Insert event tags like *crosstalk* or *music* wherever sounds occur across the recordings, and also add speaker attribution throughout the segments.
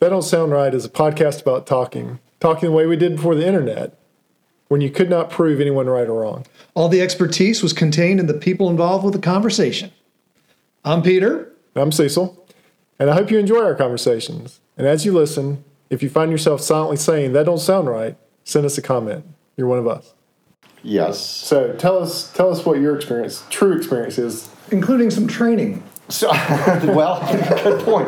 Speaker 1: That Don't Sound Right is a podcast about talking, talking the way we did before the internet, when you could not prove anyone right or wrong.
Speaker 2: All the expertise was contained in the people involved with the conversation. I'm Peter.
Speaker 1: I'm Cecil, and I hope you enjoy our conversations. And as you listen, if you find yourself silently saying, That don't sound right, send us a comment. You're one of us.
Speaker 3: Yes.
Speaker 1: So tell us tell us what your experience, true experience is.
Speaker 2: Including some training.
Speaker 3: So, *laughs* well, good point.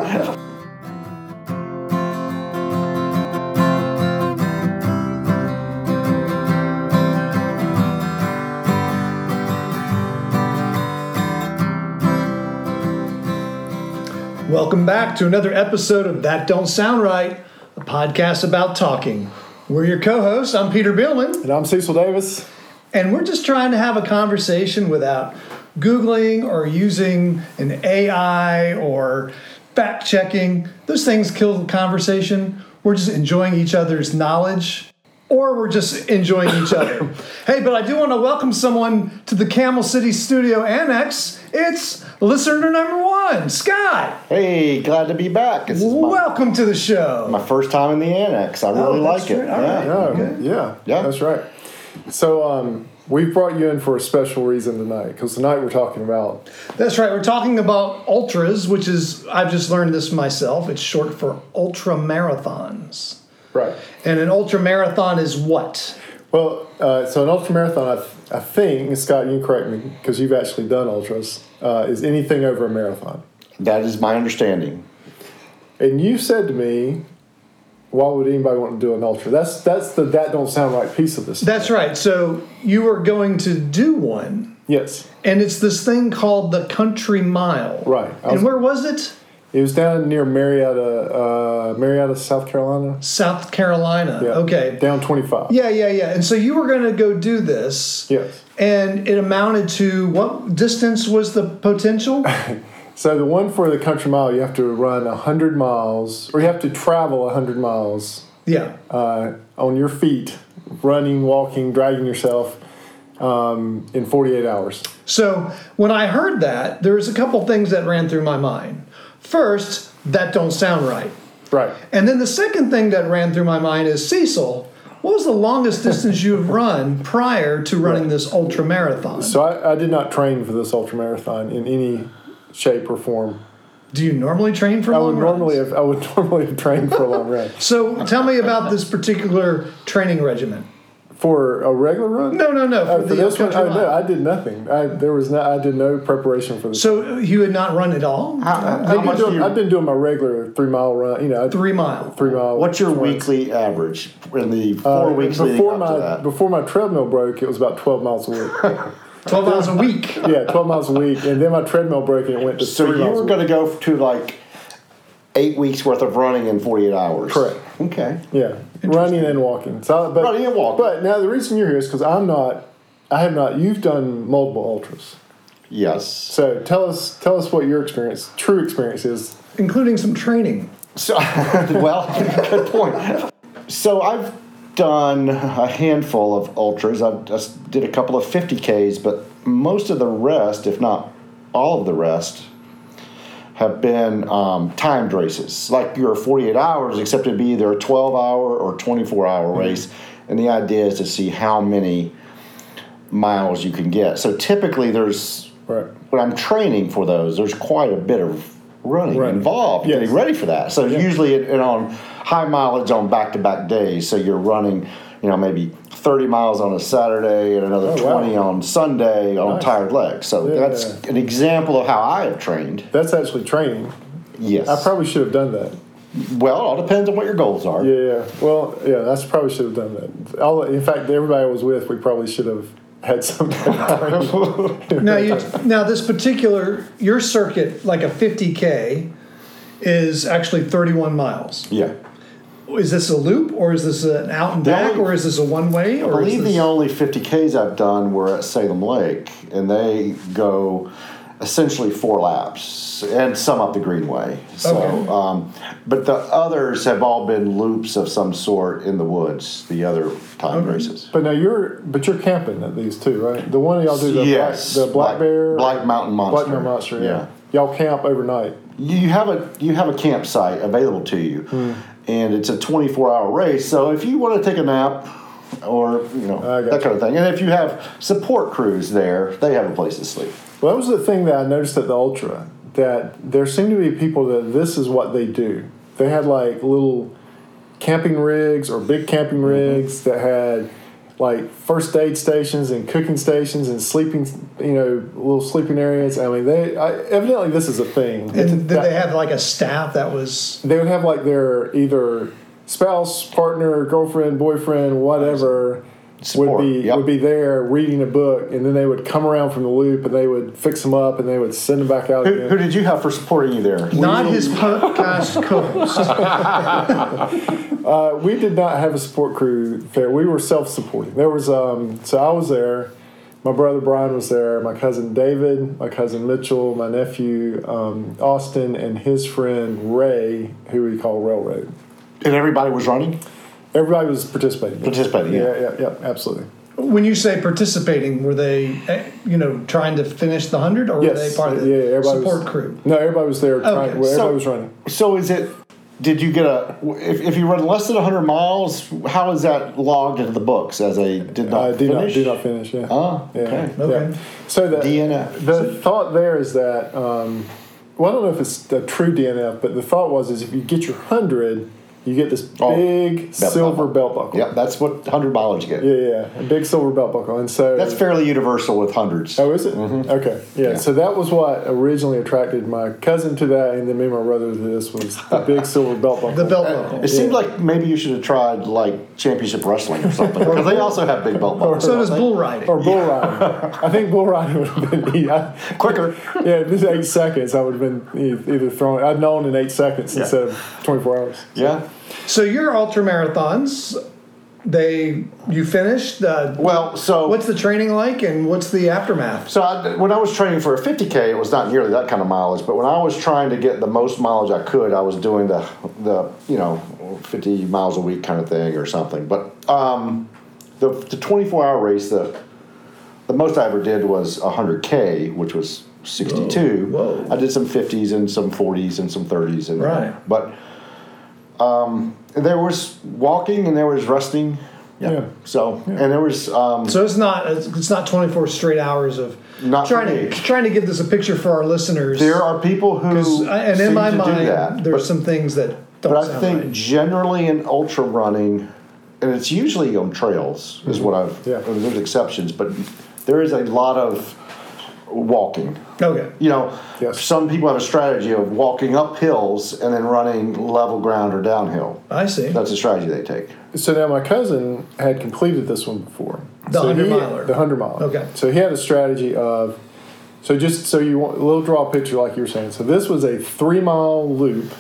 Speaker 2: Welcome back to another episode of That Don't Sound Right, a podcast about talking. We're your co hosts. I'm Peter Billman,
Speaker 1: And I'm Cecil Davis.
Speaker 2: and we're just trying to have a conversation without Googling or using an AI or fact checking. Those things kill the conversation. We're just enjoying each other's knowledge, or we're just enjoying each other. *coughs* hey, but I do want to welcome someone to the Camel City Studio Annex. It's listener number one, Scott.
Speaker 3: Hey, glad to be back. This is my,
Speaker 2: Welcome to the show.
Speaker 3: my first time in the annex. I really
Speaker 2: Oh, that's
Speaker 3: like it.
Speaker 2: right. All
Speaker 3: Yeah.
Speaker 2: right.
Speaker 1: Oh,
Speaker 2: Okay.
Speaker 1: yeah,
Speaker 3: Yeah.
Speaker 1: that's right. So um, we brought you in for a special reason tonight, because tonight we're talking about
Speaker 2: That's right. We're talking about ultras, which is I've just learned this myself. It's short for ultra marathons.
Speaker 1: right.
Speaker 2: And an ultra marathon is what?
Speaker 1: Well, uh, so an ultra marathon, I, th- I think and Scott, you can correct me because you've actually done ultras, uh, is anything over a marathon.
Speaker 3: That is my understanding.
Speaker 1: And you said to me, "Why would anybody want to do an ultra?" That's that's the that don't sound right piece of this.
Speaker 2: That's right. So you are going to do one,
Speaker 1: yes,
Speaker 2: and it's this thing called the Country Mile.
Speaker 1: Right. I was-
Speaker 2: and where was it?
Speaker 1: it was down near Marietta, uh, Marietta, South Carolina.
Speaker 2: South Carolina.
Speaker 1: Yeah.
Speaker 2: Okay.
Speaker 1: down twenty five.
Speaker 2: Yeah, yeah, yeah. And so you were going to go do this.
Speaker 1: Yes.
Speaker 2: And it amounted to what distance was the
Speaker 1: *laughs*
Speaker 2: potential?
Speaker 1: So the one for the country mile, you have to run hundred miles, or you have to travel hundred miles
Speaker 2: yeah.
Speaker 1: uh, on your feet, running, walking, dragging yourself um, in forty eight hours.
Speaker 2: So when I heard that, there was a couple things that ran through my mind. First, that don't sound right.
Speaker 1: Right.
Speaker 2: And then the second thing that ran through my mind is Cecil, what was the longest distance you have run prior to running this ultra marathon?
Speaker 1: So I, I did not train for this ultra marathon in any shape or form.
Speaker 2: Do you normally train for
Speaker 1: I
Speaker 2: long
Speaker 1: would normally
Speaker 2: runs?
Speaker 1: have I would *laughs* normally have trained for a long run.
Speaker 2: So tell me about this particular training regimen.
Speaker 1: For a regular run?
Speaker 2: No, no, no. For,
Speaker 1: Uh, for
Speaker 2: the
Speaker 1: this one, I,
Speaker 2: country
Speaker 1: no,
Speaker 2: mile.
Speaker 1: I did nothing. I, there was no, I did no preparation for this.
Speaker 2: So you had not run at all?
Speaker 3: How,
Speaker 1: I've
Speaker 3: how
Speaker 1: been
Speaker 3: much do
Speaker 1: doing- I've
Speaker 3: you,
Speaker 1: been doing my regular three mile run. You know, I-
Speaker 2: Three mile.
Speaker 1: three mile.
Speaker 3: what's your
Speaker 1: runs.
Speaker 3: weekly average in the four
Speaker 1: Uh,
Speaker 3: weeks leading
Speaker 1: before
Speaker 3: up
Speaker 1: my
Speaker 3: to that?
Speaker 1: before my treadmill broke? It was about twelve miles a week.
Speaker 2: 12 miles a week.
Speaker 1: yeah, twelve miles a week, and then my treadmill broke, and it went to
Speaker 3: so
Speaker 1: three
Speaker 3: you
Speaker 1: miles.
Speaker 3: were
Speaker 1: a
Speaker 3: going to go to like eight weeks worth of running in 48 hours.
Speaker 1: Correct.
Speaker 3: Okay.
Speaker 1: Yeah, running and walking. So, but,
Speaker 3: Running and walking.
Speaker 1: But now the reason you're here is because I'm not. I have not. You've done multiple ultras.
Speaker 3: Yes.
Speaker 1: So tell us, tell us what your experience, true experience is.
Speaker 2: Including some training.
Speaker 3: So, *laughs* well, good point. So I've done a handful of ultras. I just did a couple of 50Ks, but most of the rest, if not all of the rest, have been um, timed races, like your 48 hours, except it'd be either a 12 hour or 24 hour race. And the idea is to see how many miles you can get. So typically, there's
Speaker 1: Right.
Speaker 3: when I'm training for those, there's quite a bit of running
Speaker 1: Right.
Speaker 3: involved
Speaker 1: Yes.
Speaker 3: getting ready for that. So usually it, it on high mileage on back to back days. So you're running, you know, maybe 30 miles on a Saturday and another
Speaker 1: Oh, wow.
Speaker 3: 20 on Sunday on
Speaker 1: Nice.
Speaker 3: tired legs. So
Speaker 1: Yeah.
Speaker 3: that's an example of how I have trained.
Speaker 1: That's actually training.
Speaker 3: Yes.
Speaker 1: I probably should have done that.
Speaker 3: well, it all depends on what your goals are.
Speaker 1: Yeah, yeah. Well, yeah, that's probably should have done that. All, in fact, everybody I was with, we probably should have had some. kind of
Speaker 3: *laughs*
Speaker 1: training.
Speaker 2: Now, you, now this particular, your circuit, like a 50K, is actually 31 miles.
Speaker 3: Yeah.
Speaker 2: Is this a loop, or is this an out and back,
Speaker 3: only-
Speaker 2: or is this a one way?
Speaker 3: I
Speaker 2: Or is
Speaker 3: believe
Speaker 2: this,
Speaker 3: the only 50Ks I've done were at Salem Lake, and they go essentially four laps and some up the Greenway. So,
Speaker 2: Okay.
Speaker 3: um, but the others have all been loops of some sort in the woods, the other time races.
Speaker 1: but now you're, but you're camping at these too, right? The one y'all do, the
Speaker 3: yes.
Speaker 1: black, the black bear,
Speaker 3: Black Mountain Monster.
Speaker 1: Black Bear Monster, yeah. y'all camp overnight.
Speaker 3: you have a you have a campsite available to you, and it's a 24 hour race. So if you want to take a nap, or you know
Speaker 1: I
Speaker 3: that
Speaker 1: gotcha.
Speaker 3: kind of thing, and if you have support crews there, they have a place to sleep.
Speaker 1: Well, that was the thing that I noticed at the ultra that there seemed to be people that this is what they do. They had like little camping rigs or big camping
Speaker 2: Mm-hmm.
Speaker 1: rigs that had like first aid stations and cooking stations and sleeping, you know, little sleeping areas. I mean, they I, evidently this is a thing.
Speaker 2: And did they have like a staff that was
Speaker 1: they would have like their either spouse, partner, girlfriend, boyfriend, whatever
Speaker 3: Support,
Speaker 1: would be
Speaker 3: yep.
Speaker 1: would be there reading a book, and then they would come around from the loop and they would fix them up and they would send them back out
Speaker 3: Who, who *laughs*
Speaker 1: again.
Speaker 3: did you have for supporting you there?
Speaker 2: not his podcast *laughs* co-host?
Speaker 1: Uh, we did not have a support crew there. We were self supporting. There was um, so I was there. My brother Brian was there. My cousin David, my cousin Mitchell, my nephew um, Austin, and his friend Ray, who we call Railroad.
Speaker 3: And everybody was running,
Speaker 1: Everybody was participating.
Speaker 3: participating. Yeah.
Speaker 1: yeah, yeah, yeah, absolutely.
Speaker 2: When you say participating, were they, eh, you know, trying to finish the hundred, or were they part of the
Speaker 1: uh, yeah, everybody
Speaker 2: support
Speaker 1: was,
Speaker 2: crew?
Speaker 1: No, everybody was there. Trying, well,
Speaker 2: so-
Speaker 1: everybody was running.
Speaker 3: So is it? Did you get a? If, if you run less than 100 miles, how is that logged into the books as a did Uh, not
Speaker 1: I Uh, did
Speaker 3: finish?
Speaker 1: not do not finish. Yeah.
Speaker 3: Ah,
Speaker 1: yeah.
Speaker 3: okay.
Speaker 1: yeah.
Speaker 2: Okay.
Speaker 1: So the
Speaker 3: DNF.
Speaker 1: The thought there is that. Um, well, I don't know if it's a true DNF, but the thought was is if you get your hundred, you get this
Speaker 3: Oh,
Speaker 1: big
Speaker 3: belt
Speaker 1: silver
Speaker 3: buckle.
Speaker 1: belt buckle.
Speaker 3: Yeah, that's what 100 miles you get.
Speaker 1: Yeah, yeah, a big silver belt buckle, and so
Speaker 3: That's fairly universal with hundreds.
Speaker 1: Oh, is it? Okay. Yeah.
Speaker 3: Yeah.
Speaker 1: So that was what originally attracted my cousin to that, and then me and my brother to this was the
Speaker 3: *laughs*
Speaker 1: big silver belt buckle.
Speaker 2: The belt buckle.
Speaker 3: It seemed like maybe you should have tried like championship wrestling or something because they also have big
Speaker 2: *laughs*
Speaker 3: belt buckles.
Speaker 2: So does bull riding.
Speaker 1: or bull riding. *laughs* I think bull riding would have been neat. I,
Speaker 3: quicker.
Speaker 1: *laughs* yeah, if this is eight seconds, I would have been e- either thrown. I'd known in eight seconds
Speaker 3: Yeah.
Speaker 1: instead of twenty four hours.
Speaker 3: Yeah.
Speaker 2: So your ultra marathons, they you finished. Uh,
Speaker 3: Well, so
Speaker 2: what's the training like, and what's the aftermath?
Speaker 3: so I, when I was training for a 50k, it was not nearly that kind of mileage. But when I was trying to get the most mileage I could, I was doing the the you know 50 miles a week kind of thing or something. But um, the the 24 hour race, the the most I ever did was 100k, which was 62.
Speaker 2: Whoa, whoa.
Speaker 3: I did some 50s and some 40s and some 30s and
Speaker 2: Right.
Speaker 3: but. um, there was walking and there was resting.
Speaker 1: Yeah.
Speaker 3: So and there was um,
Speaker 2: So it's not it's not twenty four straight hours of
Speaker 3: Not for
Speaker 2: trying
Speaker 3: me.
Speaker 2: to trying to give this a picture for our listeners.
Speaker 3: there are people who
Speaker 2: I- and
Speaker 3: seem
Speaker 2: in my
Speaker 3: to do
Speaker 2: mind,
Speaker 3: that.
Speaker 2: there's
Speaker 3: but,
Speaker 2: some things that don't
Speaker 3: but I
Speaker 2: sound
Speaker 3: think
Speaker 2: right.
Speaker 3: generally in ultra running, and it's usually on trails is what I've.
Speaker 1: Yeah.
Speaker 3: There's exceptions, but there is a lot of walking.
Speaker 2: Okay.
Speaker 3: You know,
Speaker 1: Yes.
Speaker 3: some people have a strategy of walking up hills and then running level ground or downhill.
Speaker 2: I see.
Speaker 3: That's a strategy they take.
Speaker 1: So now my cousin had completed this one before.
Speaker 2: The
Speaker 1: so
Speaker 2: 100
Speaker 1: he-
Speaker 2: miler.
Speaker 1: The hundred miler.
Speaker 2: Okay.
Speaker 1: So he had a strategy of, so just so you want a little draw a picture like you were saying. So this was a three mile loop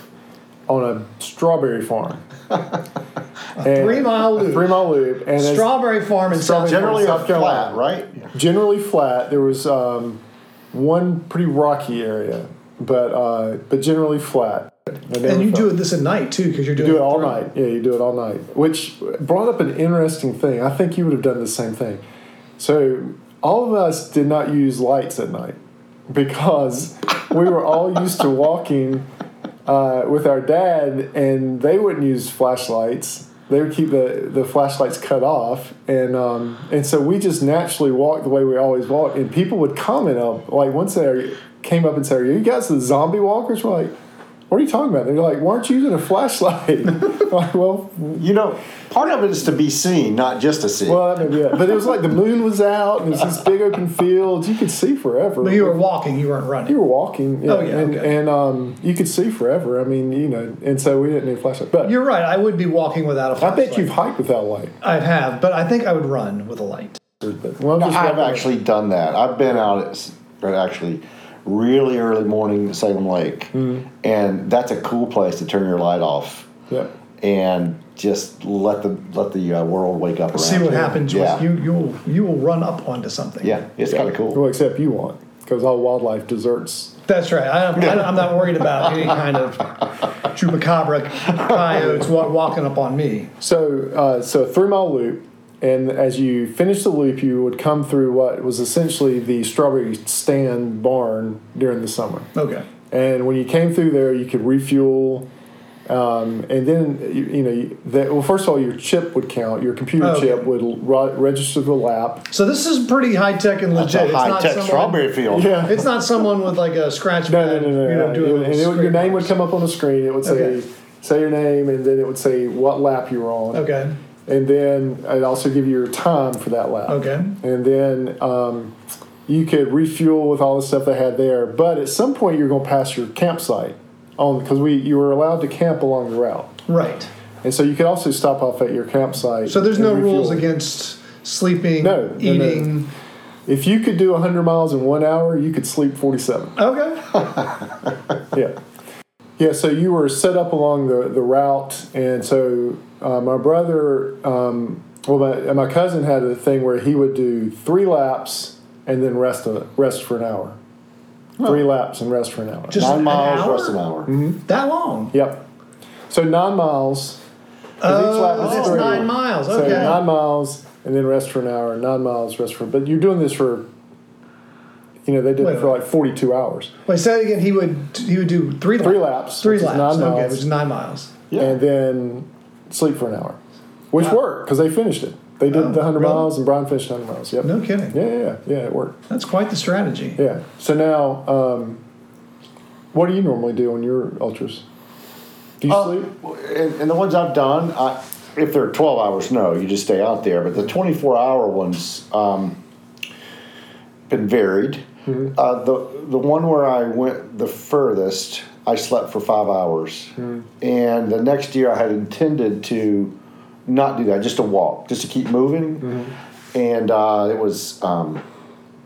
Speaker 1: on a strawberry farm. a
Speaker 2: three-mile loop.
Speaker 1: Three mile loop. And as-
Speaker 2: Strawberry farm in South
Speaker 3: Generally
Speaker 1: South
Speaker 3: a flat,
Speaker 1: Carolina.
Speaker 3: right?
Speaker 1: generally flat. There was um, one pretty rocky area, but uh, but generally flat.
Speaker 2: and you do this at night too because you're doing
Speaker 1: do it all night. Yeah, you do it all night, which brought up an interesting thing. I think you would have done the same thing. So all of us did not use lights at night because we were all used to walking uh, with our dad, and they wouldn't use flashlights. They would keep the, the flashlights cut off, and um, and so we just naturally walked the way we always walk. And people would comment up like once they came up and said, "Are you guys the zombie walkers?" We're like, "What are you talking about?" They're like, "Why aren't you using a flashlight?" *laughs* like, well,
Speaker 3: You know, part of it is to be seen, not just to see.
Speaker 1: well, that may be it. But it was like the moon was out, and it was this big open field you could see forever.
Speaker 2: But you were walking, you weren't running.
Speaker 1: You were walking, yeah,
Speaker 2: Oh, yeah,
Speaker 1: and,
Speaker 2: okay.
Speaker 1: and um, you could see forever. I mean, you know, and so we didn't need flashlight. But
Speaker 2: You're right. I would be walking without a
Speaker 1: I
Speaker 2: flashlight.
Speaker 1: bet you've hiked without light.
Speaker 2: I have, but I think I would run with a light.
Speaker 1: Well, I'm just
Speaker 3: I've
Speaker 1: wondering-
Speaker 3: actually done that. I've been out at, s- at actually really early morning at Salem Lake,
Speaker 2: Hmm.
Speaker 3: and that's a cool place to turn your light off
Speaker 1: Yeah.
Speaker 3: and just let the let the uh, world wake up.
Speaker 2: See
Speaker 3: around
Speaker 2: what
Speaker 3: you.
Speaker 2: happens.
Speaker 3: Yeah,
Speaker 2: With you you will you will run up onto something.
Speaker 3: yeah, it's kind of cool.
Speaker 1: Well, except you won't, because all wildlife deserts.
Speaker 2: That's right. I, don't- I, don't- I'm not worried about any kind
Speaker 3: *laughs*
Speaker 2: of chupacabra coyotes wa- walking up on me.
Speaker 1: So, uh, so a three mile loop, And as you finish the loop, you would come through what was essentially the strawberry stand barn during the summer.
Speaker 2: Okay.
Speaker 1: And when you came through there, you could refuel. Um, and then you, you know you- that well first of all your chip would count your computer
Speaker 2: Okay.
Speaker 1: chip would ro- register the lap
Speaker 2: So this is pretty high tech and
Speaker 3: It's
Speaker 2: legit.
Speaker 3: a
Speaker 2: It's
Speaker 3: high
Speaker 2: not
Speaker 3: tech
Speaker 2: someone-
Speaker 3: strawberry field.
Speaker 1: yeah
Speaker 2: It's not someone with like a scratch
Speaker 1: No, no,
Speaker 2: pad.
Speaker 1: no, no.
Speaker 2: you know,
Speaker 1: no.
Speaker 2: doing
Speaker 1: and it, would- your
Speaker 2: straight
Speaker 1: name would
Speaker 2: lines.
Speaker 1: come up on the screen. It would say,
Speaker 2: Okay.
Speaker 1: say your name, and then it would say what lap you were on.
Speaker 2: Okay.
Speaker 1: And then I'd also give you your time for that lap.
Speaker 2: Okay.
Speaker 1: And then um, you could refuel with all the stuff they had there. But at some point, you're going to pass your campsite on because we you were allowed to camp along the route,
Speaker 2: Right.
Speaker 1: and so you could also stop off at your campsite.
Speaker 2: So there's
Speaker 1: and
Speaker 2: no
Speaker 1: refuel.
Speaker 2: rules against sleeping,
Speaker 1: No, no, no.
Speaker 2: eating.
Speaker 1: If you could do 100 miles in one hour, you could sleep 47.
Speaker 2: Okay.
Speaker 1: yeah. Yeah, so you were set up along the, the route, and so uh, my brother, um, well, my, and my cousin had a thing where he would do three laps and then rest a, rest for an hour. Three laps and rest for an hour.
Speaker 2: Just
Speaker 3: Nine
Speaker 2: an
Speaker 3: miles,
Speaker 2: hour? Mm-hmm.
Speaker 3: rest an hour.
Speaker 2: That long.
Speaker 1: yep. So nine miles. 'cause each lap
Speaker 2: Oh,
Speaker 1: is
Speaker 2: that's
Speaker 1: three.
Speaker 2: nine miles.
Speaker 1: So
Speaker 2: Okay.
Speaker 1: nine miles and then rest for an hour. Nine miles, rest for. But you're doing this for, you know, they did
Speaker 2: Wait,
Speaker 1: it for like 42 hours.
Speaker 2: Wait, say that again. He would he would do three laps.
Speaker 1: Three laps,
Speaker 2: Three
Speaker 1: which is
Speaker 2: laps.
Speaker 1: nine
Speaker 2: okay,
Speaker 1: miles.
Speaker 2: which is nine miles.
Speaker 3: Yeah.
Speaker 1: and then sleep for an hour, which worked because they finished it. They did
Speaker 2: Oh,
Speaker 1: the 100
Speaker 2: really?
Speaker 1: miles and Brian finished 100 miles. Yep.
Speaker 2: No kidding.
Speaker 1: Yeah, yeah, yeah, yeah, it worked.
Speaker 2: That's quite the strategy.
Speaker 1: Yeah. So now, um, what do you normally do on your ultras? Do you
Speaker 3: Uh,
Speaker 1: sleep?
Speaker 3: and, and the ones I've done, I, if they're 12 hours, no, you just stay out there. But the 24 hour ones, um, been varied. Uh, the, the one where I went the furthest, I slept for five hours. And the next year, I had intended to not do that, just to walk, just to keep moving. And uh, it was, um,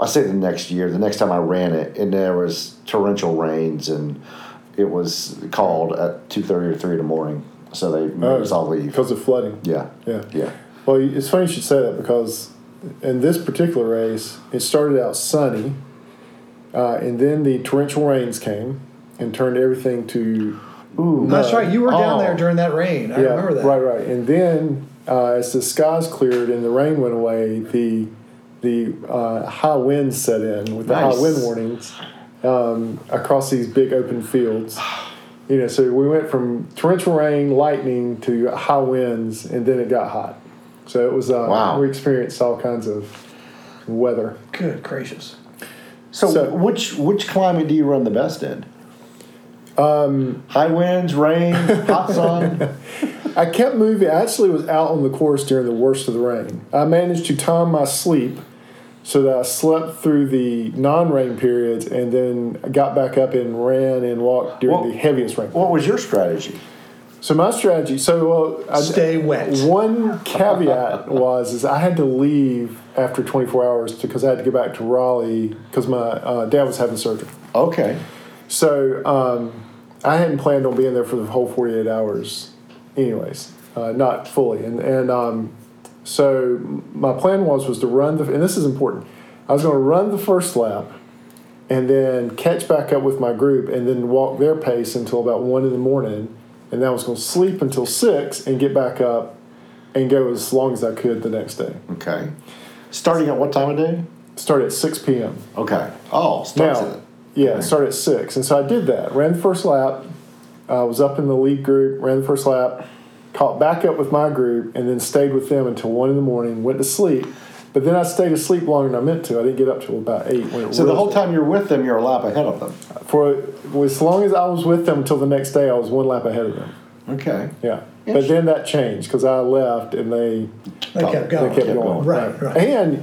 Speaker 3: I say the next year, the next time I ran it, and there was torrential rains, and it was called at two thirty or three in the morning, so they made us all leave.
Speaker 1: Because of flooding.
Speaker 3: Yeah,
Speaker 1: Oh. Yeah.
Speaker 3: yeah.
Speaker 1: Well, you- it's funny you should say that because in this particular race, it started out sunny, uh, and then the torrential rains came and turned everything to
Speaker 2: That's right. You were down
Speaker 3: Oh.
Speaker 2: there during that rain. I remember that.
Speaker 1: Right, right. And then uh, as the skies cleared and the rain went away, the the uh, high winds set in with the
Speaker 3: Nice.
Speaker 1: high wind warnings um, across these big open fields. You know, so we went from torrential rain, lightning to high winds, and then it got hot. So it was uh,
Speaker 3: Wow.
Speaker 1: we experienced all kinds of weather.
Speaker 2: Good gracious.
Speaker 3: So,
Speaker 1: So-
Speaker 3: which which climate do you run the best in? Um, High winds,
Speaker 1: *laughs*
Speaker 3: rain, hot sun.
Speaker 1: I kept moving. I actually was out on the course during the worst of the rain. I managed to time my sleep so that I slept through the non-rain periods and then got back up and ran and walked during
Speaker 3: Well-
Speaker 1: the heaviest rain.
Speaker 3: what was your strategy?
Speaker 1: So my strategy. So well, I,
Speaker 2: Stay wet.
Speaker 1: One caveat was is I had to leave after 24 hours because I had to go back to Raleigh because my uh, dad was having surgery.
Speaker 3: Okay,
Speaker 1: So um, I hadn't planned on being there for the whole 48 hours, anyways, uh, not fully. And and um, so my plan was was to run the and this is important. I was going to run the first lap, and then catch back up with my group, and then walk their pace until about one in the morning, and then I was going to sleep until six and get back up, and go as long as I could the next day.
Speaker 3: okay. Starting at what time of day?
Speaker 1: Start at 6 p.m.
Speaker 3: Okay. Oh, starts
Speaker 1: Now,
Speaker 3: at
Speaker 1: yeah, it started at six, and so I did that. Ran the first lap. I was up in the lead group. Ran the first lap. Caught back up with my group, and then stayed with them until one in the morning. Went to sleep, but then I stayed asleep longer than I meant to. I didn't get up till about eight. When it
Speaker 3: So the
Speaker 1: really-
Speaker 3: whole time you're with them, you're a lap ahead of them.
Speaker 1: for as long as I was with them until the next day, I was one lap ahead of them.
Speaker 3: Okay.
Speaker 1: Yeah, but then that changed because I left and they
Speaker 2: They
Speaker 1: they
Speaker 2: kept going.
Speaker 1: kept
Speaker 3: Oh, Kept
Speaker 1: going.
Speaker 3: going.
Speaker 2: Right, right.
Speaker 1: And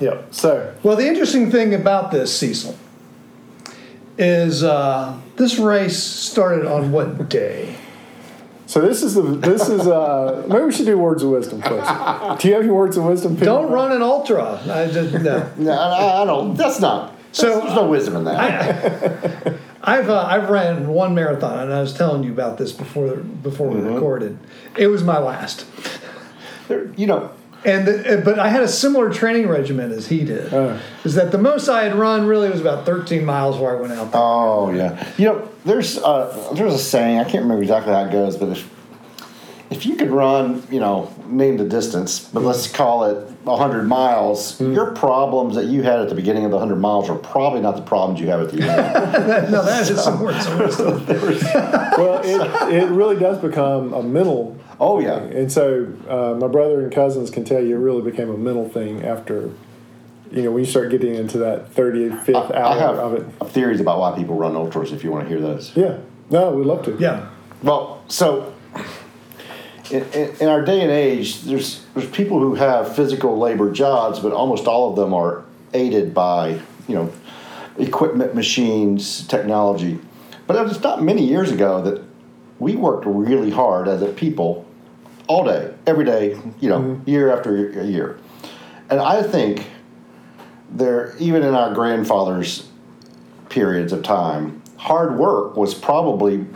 Speaker 1: yeah, so
Speaker 2: Well, the interesting thing about this, Cecil, is uh, this race started on what day?
Speaker 1: So this is the this is uh maybe we should do words of wisdom first. Do you have your words of wisdom? Peter?
Speaker 2: Don't run an ultra. I just no. *laughs*
Speaker 3: No, I, I don't. That's not.
Speaker 2: So,
Speaker 3: So there's no wisdom in that.
Speaker 2: I've uh, I've ran one marathon, and I was telling you about this before before we
Speaker 1: Mm-hmm.
Speaker 2: recorded. It was my last,
Speaker 3: There- you know,
Speaker 2: and the, eh, but I had a similar training regimen as he did.
Speaker 1: Uh.
Speaker 2: Is that the most I had run really was about 13 miles where I went out. There.
Speaker 3: oh yeah, you know, there's uh, there's a saying I can't remember exactly how it goes, but if if you could run, you know, name the distance, but let's call it 100 miles, your problems that you had at the beginning of the 100 miles are probably not the problems you have at the *laughs*
Speaker 1: *laughs*
Speaker 3: end.
Speaker 2: No, that is some work. Some work stuff.
Speaker 1: well, it, it really does become a mental.
Speaker 3: Oh, yeah.
Speaker 1: thing. And so uh, my brother and cousins can tell you it really became a mental thing after, you know, when you start getting into that 35th
Speaker 3: I
Speaker 1: hour
Speaker 3: have
Speaker 1: of it.
Speaker 3: theories about why people run ultras if you want to hear those.
Speaker 1: Yeah. No, we'd love to.
Speaker 2: Yeah.
Speaker 3: Well, so in, in, in our day and age, there's there's people who have physical labor jobs, but almost all of them are aided by you know equipment, machines, technology. But it was not many years ago that we worked really hard as a people all day, every day, you know, year after year. And I think there, even in our grandfathers' periods of time, hard work was probably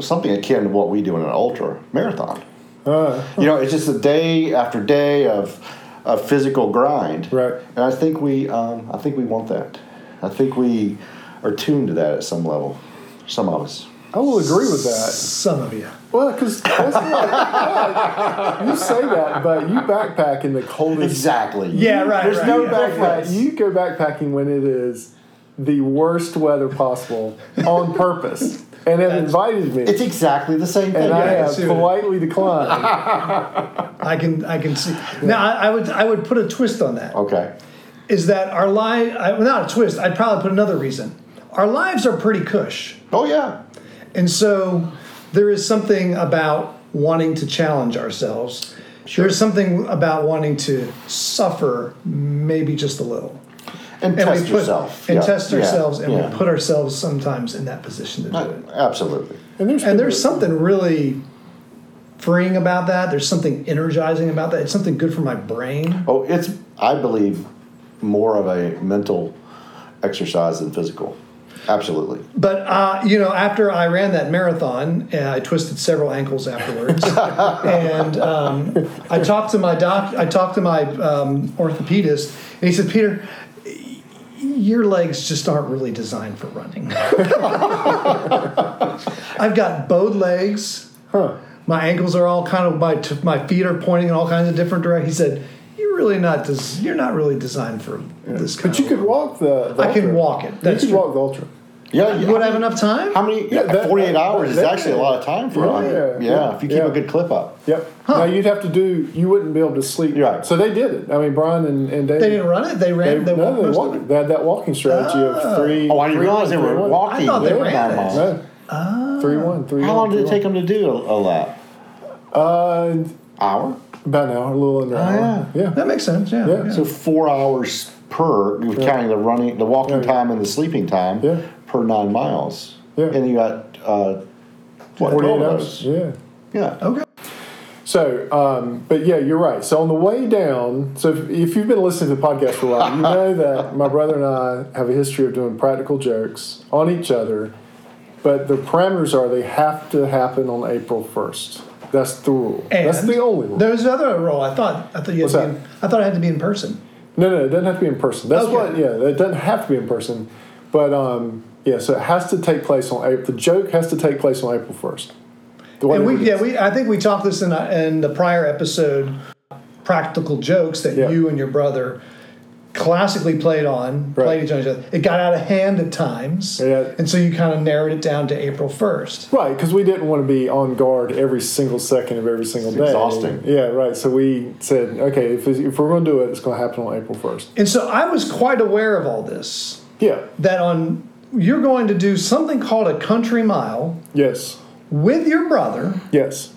Speaker 3: something akin to what we do in an ultra marathon. you know, it's just a day after day of, of physical grind.
Speaker 1: Right.
Speaker 3: And I think we, um, I think we want that. I think we are tuned to that at some level, some of us.
Speaker 1: I will agree with that.
Speaker 2: Some of you.
Speaker 1: Well, because that's like, yeah, you say that, but you backpack in the coldest.
Speaker 3: Exactly.
Speaker 2: Yeah, right.
Speaker 1: There's
Speaker 2: right,
Speaker 1: no
Speaker 2: yeah.
Speaker 1: backpack. You go backpacking when it is the worst weather possible on purpose, and have invited me,
Speaker 3: It's exactly the same thing.
Speaker 1: and I
Speaker 2: yeah,
Speaker 1: have
Speaker 2: sure.
Speaker 1: politely
Speaker 2: *laughs*
Speaker 1: declined.
Speaker 2: I can I can see. Now I, I would I would put a twist on that.
Speaker 3: okay.
Speaker 2: Is that our life? Well, not a twist. I'd probably put another reason. Our lives are pretty cush,
Speaker 3: Oh yeah.
Speaker 2: and so there is something about wanting to challenge ourselves. There's something about wanting to suffer, maybe just a little,
Speaker 3: And,
Speaker 2: and
Speaker 3: test
Speaker 2: we put
Speaker 3: yourself.
Speaker 2: and
Speaker 3: Yeah,
Speaker 2: test
Speaker 3: yeah,
Speaker 2: ourselves, and
Speaker 3: yeah.
Speaker 2: we put ourselves sometimes in that position to do it.
Speaker 3: Absolutely.
Speaker 1: And there's
Speaker 2: And there's
Speaker 1: people-
Speaker 2: something really freeing about that. There's something energizing about that. It's something good for my brain.
Speaker 3: Oh, it's I believe more of a mental exercise than physical. Absolutely.
Speaker 2: But uh, you know, after I ran that marathon, uh, I twisted several ankles
Speaker 3: *laughs*
Speaker 2: afterwards, and um, I talked to my doc. I talked to my um, orthopedist, and he said, "Peter, y- your legs just aren't really designed for
Speaker 3: *laughs*
Speaker 2: running. I've got bowed legs. My ankles are all kind of my t- my feet are pointing in all kinds of different directions." He said, "You're really not. Des- you're not really designed for this kind."
Speaker 1: But you
Speaker 2: of
Speaker 1: could walk the. the
Speaker 2: I can
Speaker 1: ultra.
Speaker 2: walk it. That's
Speaker 1: you
Speaker 2: true.
Speaker 1: could walk the ultra.
Speaker 3: Yeah. yeah.
Speaker 2: Would I have enough time?
Speaker 3: How many? Yeah,
Speaker 1: that-
Speaker 3: 48 hours is
Speaker 1: that-
Speaker 3: actually a lot of time for
Speaker 1: Yeah,
Speaker 3: yeah, Yeah,
Speaker 1: yeah,
Speaker 3: if you keep
Speaker 1: yeah.
Speaker 3: a good clip up.
Speaker 1: Yep. Now you'd have to do. You wouldn't be able to sleep.
Speaker 3: Right.
Speaker 1: So they did it. I mean, Brian and and David.
Speaker 2: They didn't run it. They ran. They,
Speaker 1: no,
Speaker 2: walked
Speaker 1: they
Speaker 2: most of
Speaker 1: walked. They had that walking strategy
Speaker 2: Ah.
Speaker 1: of three.
Speaker 3: Oh, I didn't
Speaker 1: three
Speaker 3: realize they
Speaker 1: one,
Speaker 3: were
Speaker 1: three one.
Speaker 3: walking.
Speaker 2: I thought they
Speaker 3: were
Speaker 2: ran
Speaker 3: nine
Speaker 2: it.
Speaker 3: miles.
Speaker 1: No.
Speaker 2: Ah.
Speaker 1: Three one, three
Speaker 3: How
Speaker 1: one,
Speaker 3: long did it
Speaker 1: three
Speaker 3: take them to do a, a lap?
Speaker 1: one. Uh,
Speaker 3: Hour.
Speaker 1: About an hour, a little under an hour.
Speaker 2: it. That makes sense. Oh, Yeah.
Speaker 1: Yeah,
Speaker 3: So four hours per, you're counting the running, the walking
Speaker 1: Yeah, yeah.
Speaker 3: time and the sleeping time
Speaker 1: Yeah.
Speaker 3: per nine miles.
Speaker 1: Yeah.
Speaker 3: And you got uh, what,
Speaker 1: 48
Speaker 3: 12 of
Speaker 1: hours.
Speaker 3: those?
Speaker 1: Yeah.
Speaker 3: Yeah.
Speaker 2: Okay.
Speaker 1: So, um, but yeah, you're right. So on the way down, so if, if you've been listening to the podcast for a while, you know
Speaker 3: *laughs*
Speaker 1: that my brother and I have a history of doing practical jokes on each other, but the parameters are they have to happen on April 1st. That's the rule. That's
Speaker 2: And
Speaker 1: the only rule.
Speaker 2: There was another role. I thought. I thought you had
Speaker 1: What's
Speaker 2: to be
Speaker 1: that?
Speaker 2: in, I thought I had to be in person.
Speaker 1: No, no, it doesn't have to be in person. That's
Speaker 2: Okay.
Speaker 1: what, yeah, it doesn't have to be in person. But um, yeah, so it has to take place on April. The joke has to take place on April first. The way
Speaker 2: And
Speaker 1: that
Speaker 2: we,
Speaker 1: we
Speaker 2: yeah,
Speaker 1: did.
Speaker 2: we. I think we talked this in a, in the prior episode. Practical jokes that
Speaker 1: Yeah.
Speaker 2: you and your brother classically played on,
Speaker 1: Right.
Speaker 2: played each other. It got out of hand at times,
Speaker 1: Yeah.
Speaker 2: and so you kind of narrowed it down to April first.
Speaker 1: right because we didn't want to be on guard every single second of every single day.
Speaker 3: exhausting.
Speaker 1: Yeah, right. So we said, okay, if, it's- if we're going to do it, it's going to happen on April first.
Speaker 2: And so I was quite aware of all this.
Speaker 1: Yeah.
Speaker 2: That on you're going to do something called a country mile
Speaker 1: Yes.
Speaker 2: with your brother.
Speaker 1: Yes.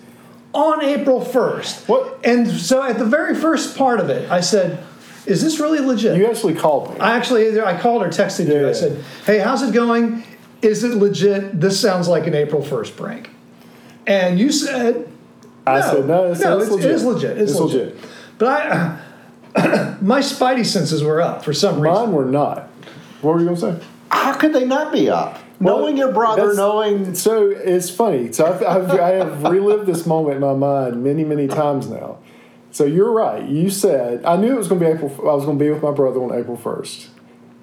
Speaker 2: on April 1st.
Speaker 1: What?
Speaker 2: And so at the very first part of it, I said, Is this really legit?
Speaker 1: You actually called me.
Speaker 2: I actually, either I called or texted you.
Speaker 1: Yeah.
Speaker 2: I said, Hey, how's it going? Is it legit? This sounds like an April 1st prank. And you said,
Speaker 1: I
Speaker 2: no,
Speaker 1: said no. It's,
Speaker 2: no,
Speaker 1: it's
Speaker 2: it's,
Speaker 1: legit.
Speaker 2: It is legit. It's,
Speaker 1: It's
Speaker 2: legit.
Speaker 1: legit.
Speaker 2: But I, *clears throat* my spidey senses were up for some reason.
Speaker 1: Mine were not. What were you going to say?
Speaker 3: How could they not be up?
Speaker 1: Well,
Speaker 3: knowing your brother,
Speaker 1: that's-
Speaker 3: knowing.
Speaker 1: So it's funny. So I've, I've, I have relived this moment in my mind many, many times now. So you're right. You said I knew it was going to be April. I was going to be with my brother on April first.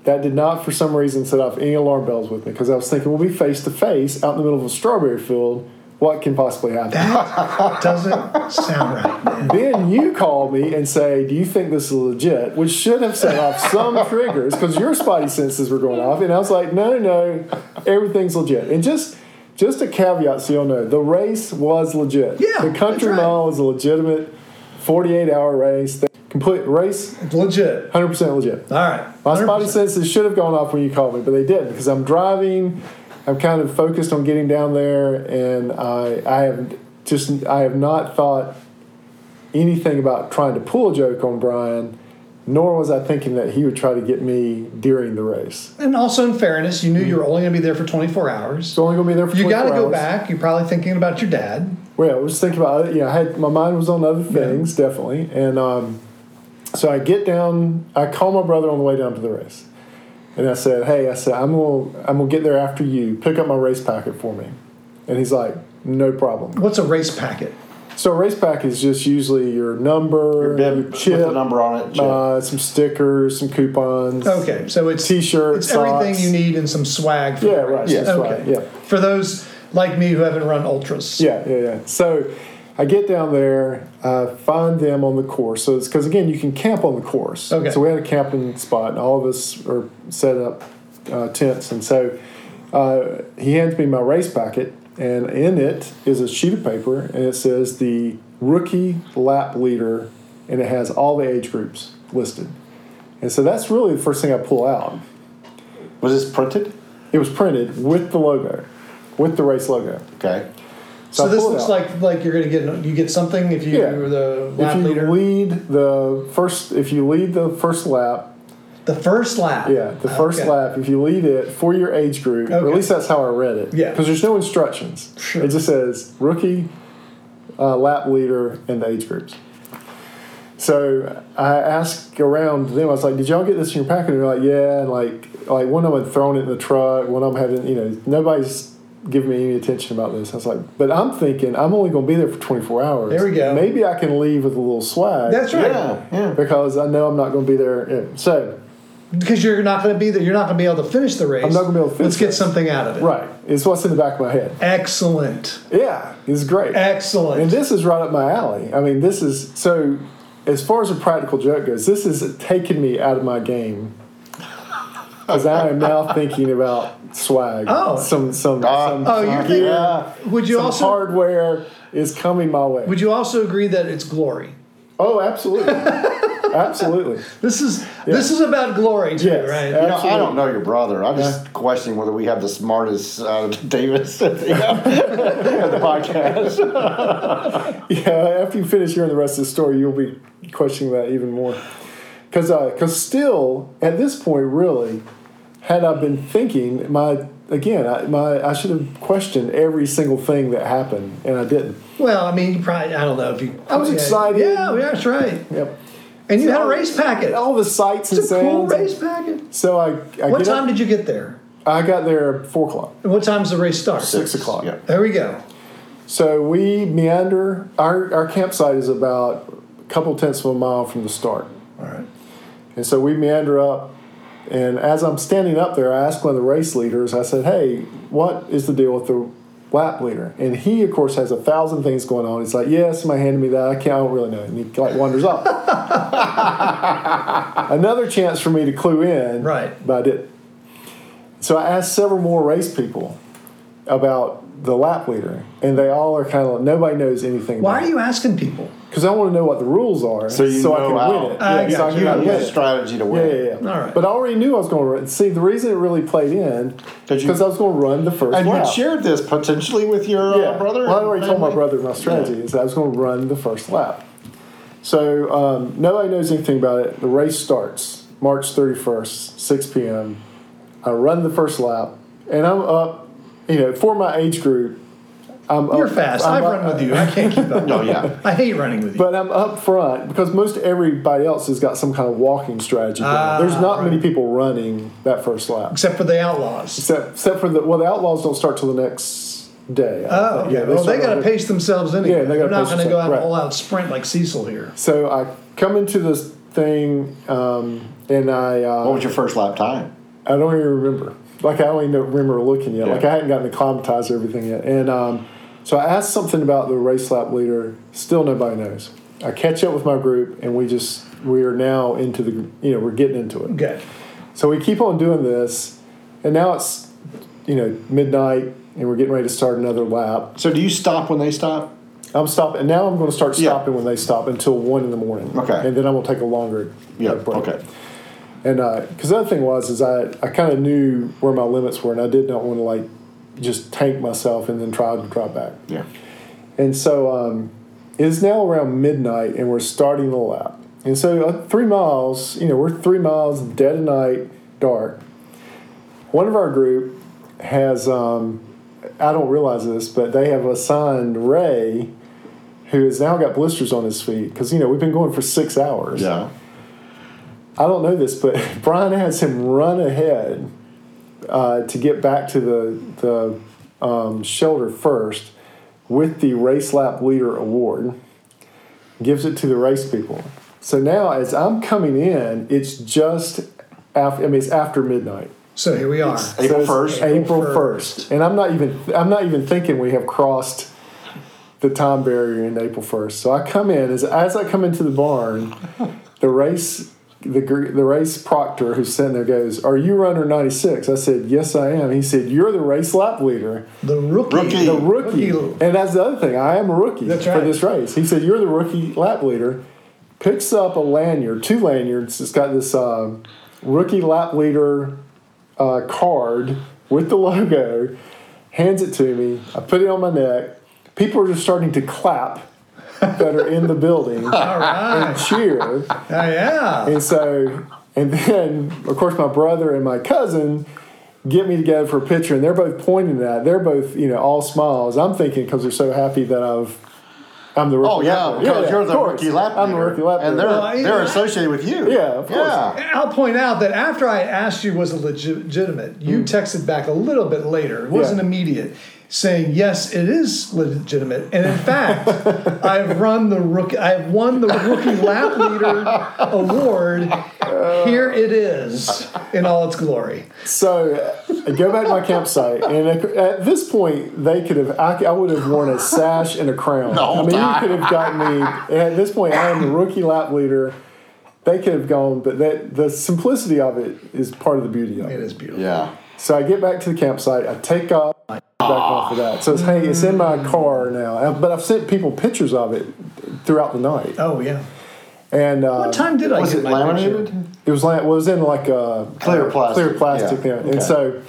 Speaker 1: That did not, for some reason, set off any alarm bells with me because I was thinking we'll be face to face out in the middle of a strawberry field What can possibly happen?
Speaker 2: That *laughs* doesn't sound right.
Speaker 1: then you call me and say, "Do you think this is legit?" Which should have set off
Speaker 2: *laughs*
Speaker 1: some triggers because your spidey senses were going off, and I was like, "No, no, everything's legit." And just just a caveat, so you'll know, the race was legit.
Speaker 2: Yeah,
Speaker 1: the country
Speaker 2: that's right.
Speaker 1: mile was a legitimate forty-eight hour race. The complete race,
Speaker 2: It's legit.
Speaker 1: hundred percent legit.
Speaker 2: All right.
Speaker 1: My spidey
Speaker 2: 100%.
Speaker 1: senses should have gone off when you called me, but they didn't because I'm driving. I'm kind of focused on getting down there, and I, I have just I have not thought anything about trying to pull a joke on Brian, nor was I thinking that he would try to get me during the race.
Speaker 2: And also, in fairness, you knew you were only going to be there for 24 hours.
Speaker 1: It's only going to be there for
Speaker 2: You got
Speaker 1: 24
Speaker 2: to go
Speaker 1: hours.
Speaker 2: back. You're probably thinking about your dad.
Speaker 1: Well, I was thinking about it. You know, I had my mind was on other things definitely, and um, so I get down. I call my brother on the way down to the race, and I said, "Hey, I said I'm gonna I'm gonna get there after you. Pick up my race packet for me." And he's like, "No problem."
Speaker 2: What's a race packet?
Speaker 1: So a race packet is just usually your number,
Speaker 3: Your bib
Speaker 1: chip,
Speaker 3: with the number on it. chip.
Speaker 1: uh, some stickers, some coupons,
Speaker 2: Okay, so it's
Speaker 1: T-shirts,
Speaker 2: It's everything
Speaker 1: socks.
Speaker 2: you need and some swag. For
Speaker 1: Yeah,
Speaker 2: the
Speaker 1: right.
Speaker 2: race.
Speaker 1: Yeah,
Speaker 2: okay.
Speaker 1: swag, yeah.
Speaker 2: For those like me who haven't run ultras.
Speaker 1: Yeah, yeah, yeah. So I get down there, uh, find them on the course. So it's because again, you can camp on the course.
Speaker 2: Okay.
Speaker 1: So we had a camping spot, and all of us are set up uh, tents. And so uh, he hands me my race packet, and in it is a sheet of paper, and it says the rookie lap leader, and it has all the age groups listed. And so that's really the first thing I pull out.
Speaker 3: Was this printed?
Speaker 1: It was printed with the logo, with the race logo.
Speaker 3: Okay.
Speaker 2: So,
Speaker 1: I
Speaker 2: this
Speaker 1: pull it
Speaker 2: looks
Speaker 1: out.
Speaker 2: like like you're gonna get you get something if you
Speaker 1: Yeah.
Speaker 2: were the
Speaker 1: if
Speaker 2: lap
Speaker 1: you
Speaker 2: leader.
Speaker 1: lead the first if you lead the first lap
Speaker 2: the first lap.
Speaker 1: yeah the first
Speaker 2: Ah, Okay.
Speaker 1: lap if you lead it for your age group or
Speaker 2: Okay.
Speaker 1: at least that's how i read it
Speaker 2: Yeah.
Speaker 1: because there's no instructions
Speaker 2: Sure.
Speaker 1: it just says rookie uh, lap leader and the age groups so i asked around them i was like did y'all get this in your packet and they're like yeah and like like one of them had thrown it in the truck one of them hadn't you know nobody's giving me any attention about this i was like but i'm thinking i'm only going to be there for 24 hours
Speaker 2: There we go.
Speaker 1: maybe i can leave with a little swag
Speaker 2: That's right.
Speaker 3: Yeah, yeah.
Speaker 1: because I know I'm not going to be there. yeah. So,
Speaker 2: Because you're not gonna be there. You're not gonna be able to finish the race.
Speaker 1: I'm not gonna be able to
Speaker 2: Let's
Speaker 1: finish
Speaker 2: get
Speaker 1: it.
Speaker 2: something out of it.
Speaker 1: right, it's what's in the back of my head.
Speaker 2: Excellent.
Speaker 1: Yeah, it's great.
Speaker 2: Excellent.
Speaker 1: And this is right up my alley. I mean, this is so, as far as a practical joke goes, this is taking me out of my game. Because I am now thinking about swag.
Speaker 2: Oh.
Speaker 1: Some, some,
Speaker 3: Ah.
Speaker 1: some
Speaker 2: oh, you're thinking.
Speaker 3: Yeah.
Speaker 2: Would you
Speaker 1: some
Speaker 2: also
Speaker 1: hardware is coming my way.
Speaker 2: would you also agree that it's glory?
Speaker 1: oh, absolutely. *laughs* absolutely.
Speaker 2: This is this is about glory too,
Speaker 1: Yes. Uh,
Speaker 2: right?
Speaker 3: You know, I
Speaker 1: Absolutely.
Speaker 3: don't know your brother. I'm just questioning whether we have the smartest uh, *laughs* Davis at the, *laughs* at the podcast.
Speaker 1: Yeah, after you finish hearing the rest of the story, you'll be questioning that even more. Because still, at this point, really, had I been thinking, my again, I, my I should have questioned every single thing that happened, and I didn't.
Speaker 2: Well, I mean, you probably I don't know if you.
Speaker 1: I was
Speaker 2: yeah.
Speaker 1: excited.
Speaker 2: Yeah, yeah, that's right.
Speaker 1: Yep.
Speaker 2: And you had a race packet.
Speaker 1: All the sights
Speaker 2: It's a
Speaker 1: and
Speaker 2: cool
Speaker 1: sounds.
Speaker 2: race packet.
Speaker 1: So I, I
Speaker 2: What
Speaker 1: get
Speaker 2: time
Speaker 1: up,
Speaker 2: did you get there?
Speaker 1: I got there at four o'clock,
Speaker 2: And What time's the race start?
Speaker 1: six o'clock.
Speaker 3: Yeah.
Speaker 2: There we go.
Speaker 1: So we meander. Our our campsite is about a couple tenths of a mile from the start.
Speaker 2: All right.
Speaker 1: And so we meander up, and as I'm standing up there, I asked one of the race leaders, I said, Hey, what is the deal with the lap leader? And he, of course, has a thousand things going on. He's like, Yeah, somebody handed me that. I can't, I don't really know. And he like wanders
Speaker 2: *laughs*
Speaker 1: off. Another chance for me to clue in.
Speaker 2: Right.
Speaker 1: But I didn't. So I asked several more race people about the lap leader, and they all are kind of like, nobody knows anything
Speaker 2: Why are you asking people?
Speaker 1: Because I want to know what the rules are
Speaker 3: So you
Speaker 1: I
Speaker 3: know
Speaker 1: can
Speaker 3: how.
Speaker 1: win it.
Speaker 2: I
Speaker 1: so
Speaker 2: got
Speaker 1: I can
Speaker 3: You
Speaker 1: win
Speaker 3: use a
Speaker 1: it.
Speaker 3: strategy to
Speaker 1: Yeah,
Speaker 3: win.
Speaker 1: yeah, yeah.
Speaker 2: All right.
Speaker 1: But I already knew I was going to run. See, the reason it really played in
Speaker 3: 'Cause you-
Speaker 1: because I was going to run the first
Speaker 3: And
Speaker 1: lap.
Speaker 3: you shared this potentially with your
Speaker 1: yeah.
Speaker 3: uh, brother.
Speaker 1: Well, I already told my
Speaker 3: family?
Speaker 1: brother my strategy is I was going to run the first lap. So um, nobody knows anything about it. The race starts March 31st, 6 p.m. I run the first lap, and I'm up. You know, for my age group, I'm
Speaker 2: You're
Speaker 1: up-
Speaker 2: fast.
Speaker 1: Oh, I'm
Speaker 2: I've
Speaker 1: up-
Speaker 2: run with you. I can't keep up.
Speaker 3: *laughs* No, yeah.
Speaker 2: I hate running with you.
Speaker 1: But I'm up front because most everybody else has got some kind of walking strategy. going.
Speaker 2: Ah,
Speaker 1: There's not
Speaker 2: right.
Speaker 1: many people running that first lap.
Speaker 2: Except for the outlaws.
Speaker 1: except except for the well, the outlaws don't start till the next day. I
Speaker 2: Oh,
Speaker 1: think.
Speaker 2: yeah. Well, they
Speaker 1: start
Speaker 2: got to
Speaker 1: on-
Speaker 2: pace themselves anyway.
Speaker 1: Yeah, they
Speaker 2: They're
Speaker 1: gotta
Speaker 2: not
Speaker 1: pace
Speaker 2: going to go
Speaker 1: themselves,
Speaker 2: out
Speaker 1: right.
Speaker 2: all out sprint like Cecil here.
Speaker 1: So I come into this thing, um, and I
Speaker 3: What
Speaker 1: uh,
Speaker 3: was your first lap time?
Speaker 1: I don't even remember. Like I don't even remember looking yet. Like
Speaker 3: Yeah.
Speaker 1: I hadn't gotten acclimatized to everything yet. And um, So I asked something about the race lap leader. Still nobody knows. I catch up with my group, and we just we are now into the you know we're getting into it.
Speaker 2: Okay.
Speaker 1: So we keep on doing this, and now it's you know midnight, and we're getting ready to start another lap.
Speaker 3: So do you stop when they stop?
Speaker 1: I'm stopping, and now I'm going to start
Speaker 3: Yeah.
Speaker 1: stopping when they stop until one in the morning.
Speaker 3: Okay.
Speaker 1: and then I'm going to take a longer
Speaker 3: Yeah.
Speaker 1: uh, break.
Speaker 3: Okay.
Speaker 1: And because the other thing was is I, I kind of knew where my limits were, and I did not want to like just tank myself and then try to drop back.
Speaker 3: Yeah.
Speaker 1: And so um, it is now around midnight, and we're starting the lap. And so uh, three miles, you know, we're three miles dead of night, dark. One of our group has, um, I don't realize this, but they have assigned Ray, who has now got blisters on his feet, because, you know, we've been going for six hours.
Speaker 3: Yeah.
Speaker 1: I don't know this, but *laughs* Brian has him run ahead uh, to get back to the the um, shelter first with the race lap leader award. Gives it to the race people. So now, as I'm coming in, it's just after. I mean, it's after midnight.
Speaker 2: So here we are.
Speaker 3: April
Speaker 1: So it's
Speaker 3: 1st.
Speaker 1: April
Speaker 2: April
Speaker 1: first, and I'm not even I'm not even thinking we have crossed the time barrier in April first. So I come in as as I come into the barn, the race the gr- the race proctor who's sitting there goes, "Are you runner 96?" I said, "Yes, I am." He said, "You're the race lap leader,
Speaker 2: The rookie.
Speaker 3: Rookie.
Speaker 1: the rookie," and that's the other thing. I am a rookie
Speaker 2: That's
Speaker 1: for
Speaker 2: right.
Speaker 1: this race. He said, "You're the rookie lap leader." Picks up a lanyard, two lanyards. It's got this uh, rookie lap leader uh, card with the logo, hands it to me. I put it on my neck. People are just starting to clap that are in the building and
Speaker 2: All right.
Speaker 1: *laughs* cheer.
Speaker 2: Oh, yeah.
Speaker 1: And so, and then, of course, my brother and my cousin get me together for a picture, and they're both pointing at it. They're both, you know, all smiles. I'm thinking because they're so happy that I've, I'm the rookie.
Speaker 3: Oh yeah,
Speaker 1: lap leader.
Speaker 3: because
Speaker 1: yeah,
Speaker 3: you're
Speaker 1: of
Speaker 3: the
Speaker 1: course.
Speaker 3: rookie lap leader.
Speaker 1: I'm the rookie lap
Speaker 3: and they're
Speaker 1: leader.
Speaker 2: Well,
Speaker 3: they're
Speaker 2: yeah.
Speaker 3: associated with you.
Speaker 1: Yeah, of course.
Speaker 3: Yeah.
Speaker 2: I'll point out that after I asked you was it legi- legitimate,
Speaker 3: Mm.
Speaker 2: you texted back a little bit later. It wasn't
Speaker 1: Yeah.
Speaker 2: immediate, saying yes, it is legitimate, and in fact,
Speaker 3: *laughs*
Speaker 2: I've run the rookie. I've won the rookie lap leader award. Here it is in all its glory.
Speaker 1: So I go back to my campsite, and at, at this point, they could have. I, I would have worn a sash and a crown.
Speaker 3: The whole
Speaker 1: I mean,
Speaker 3: time.
Speaker 1: you could have gotten me. At this point, I am the rookie lap leader. They could have gone, but that the simplicity of it is part of the beauty of
Speaker 2: It
Speaker 1: it.
Speaker 2: is beautiful.
Speaker 3: Yeah.
Speaker 1: So I get back to the campsite. I take off. Back off of that. So it's hey, it's in my car now. But I've sent people pictures of it throughout the night.
Speaker 2: Oh yeah.
Speaker 1: And uh,
Speaker 2: What time did I
Speaker 3: Was
Speaker 2: get
Speaker 3: it
Speaker 2: my picture?
Speaker 3: laminated?
Speaker 1: It was like, well, it was in like a
Speaker 3: Clear
Speaker 1: uh,
Speaker 3: plastic,
Speaker 1: clear plastic
Speaker 3: yeah.
Speaker 1: there. And so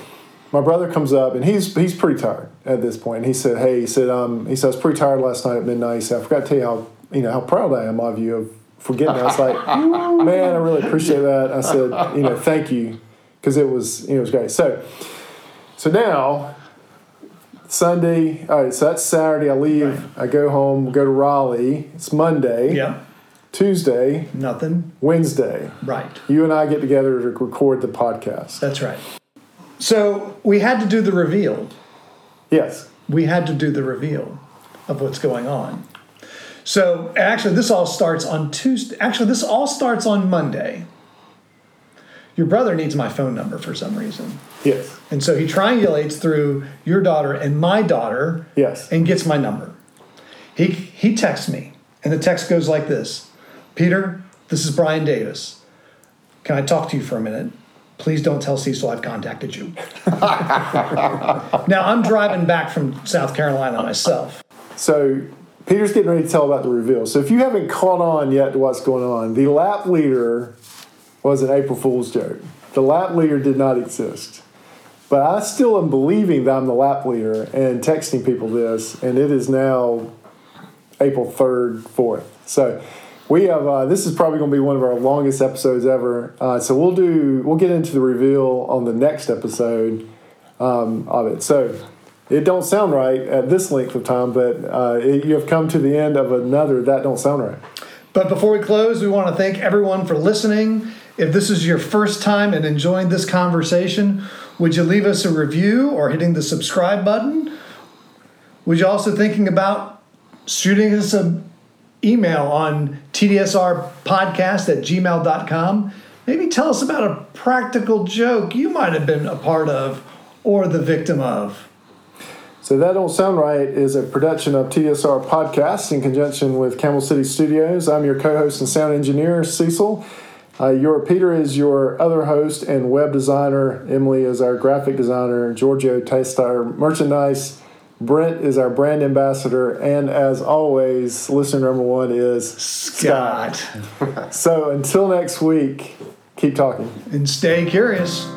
Speaker 1: my brother comes up and he's he's pretty tired at this point. And he said, "Hey," he said, um, he said, "I was pretty tired last night at midnight." He said, "I forgot to tell you how you know how proud I am of you of for getting." There. I was
Speaker 3: *laughs*
Speaker 1: like, "Man, I really appreciate that." I said, "You know, thank you," because it was you know, it was great. So so now. Sunday, all right, so that's Saturday. I leave, I go home, go to Raleigh. It's Monday,
Speaker 2: Yeah.
Speaker 1: Tuesday,
Speaker 2: Nothing.
Speaker 1: Wednesday
Speaker 2: Right.
Speaker 1: you and I get together to record the podcast.
Speaker 2: That's right. So we had to do the reveal.
Speaker 1: Yes.
Speaker 2: we had to do the reveal of what's going on. So actually, this all starts on Tuesday. Actually, this all starts on Monday. Your brother needs my phone number for some reason.
Speaker 1: Yes.
Speaker 2: And so he triangulates through your daughter and my daughter
Speaker 1: Yes.
Speaker 2: and gets my number. He, he texts me, and the text goes like this Peter, this is Brian Davis. Can I talk to you for a minute? Please don't tell Cecil I've contacted you. *laughs* now, I'm driving back from South Carolina myself.
Speaker 1: So Peter's getting ready to tell about the reveal. So if you haven't caught on yet to what's going on, the lap leader was an April Fool's joke. The lap leader did not exist. But I still am believing that I'm the lap leader and texting people this, and it is now April 3rd, 4th. So we have, uh, this is probably going to be one of our longest episodes ever. Uh, so we'll do, we'll get into the reveal on the next episode um, of it. So it don't sound right at this length of time, but uh, it, you have come to the end of another that don't sound right.
Speaker 2: But before we close, we want to thank everyone for listening. If this is your first time and enjoying this conversation, would you leave us a review or hitting the subscribe button? Would you also thinking about shooting us an email on tdsrpodcast at gmail.com? Maybe tell us about a practical joke you might have been a part of or the victim of.
Speaker 1: So That Don't Sound Right is a production of TSR Podcast in conjunction with Camel City Studios. I'm your co-host and sound engineer, Cecil. Uh, your Peter is your other host and web designer. Emily is our graphic designer. Giorgio tastes our merchandise. Brent is our brand ambassador. And as always, listener number one is.
Speaker 2: Scott.
Speaker 1: So until next week, keep talking.
Speaker 2: And stay curious.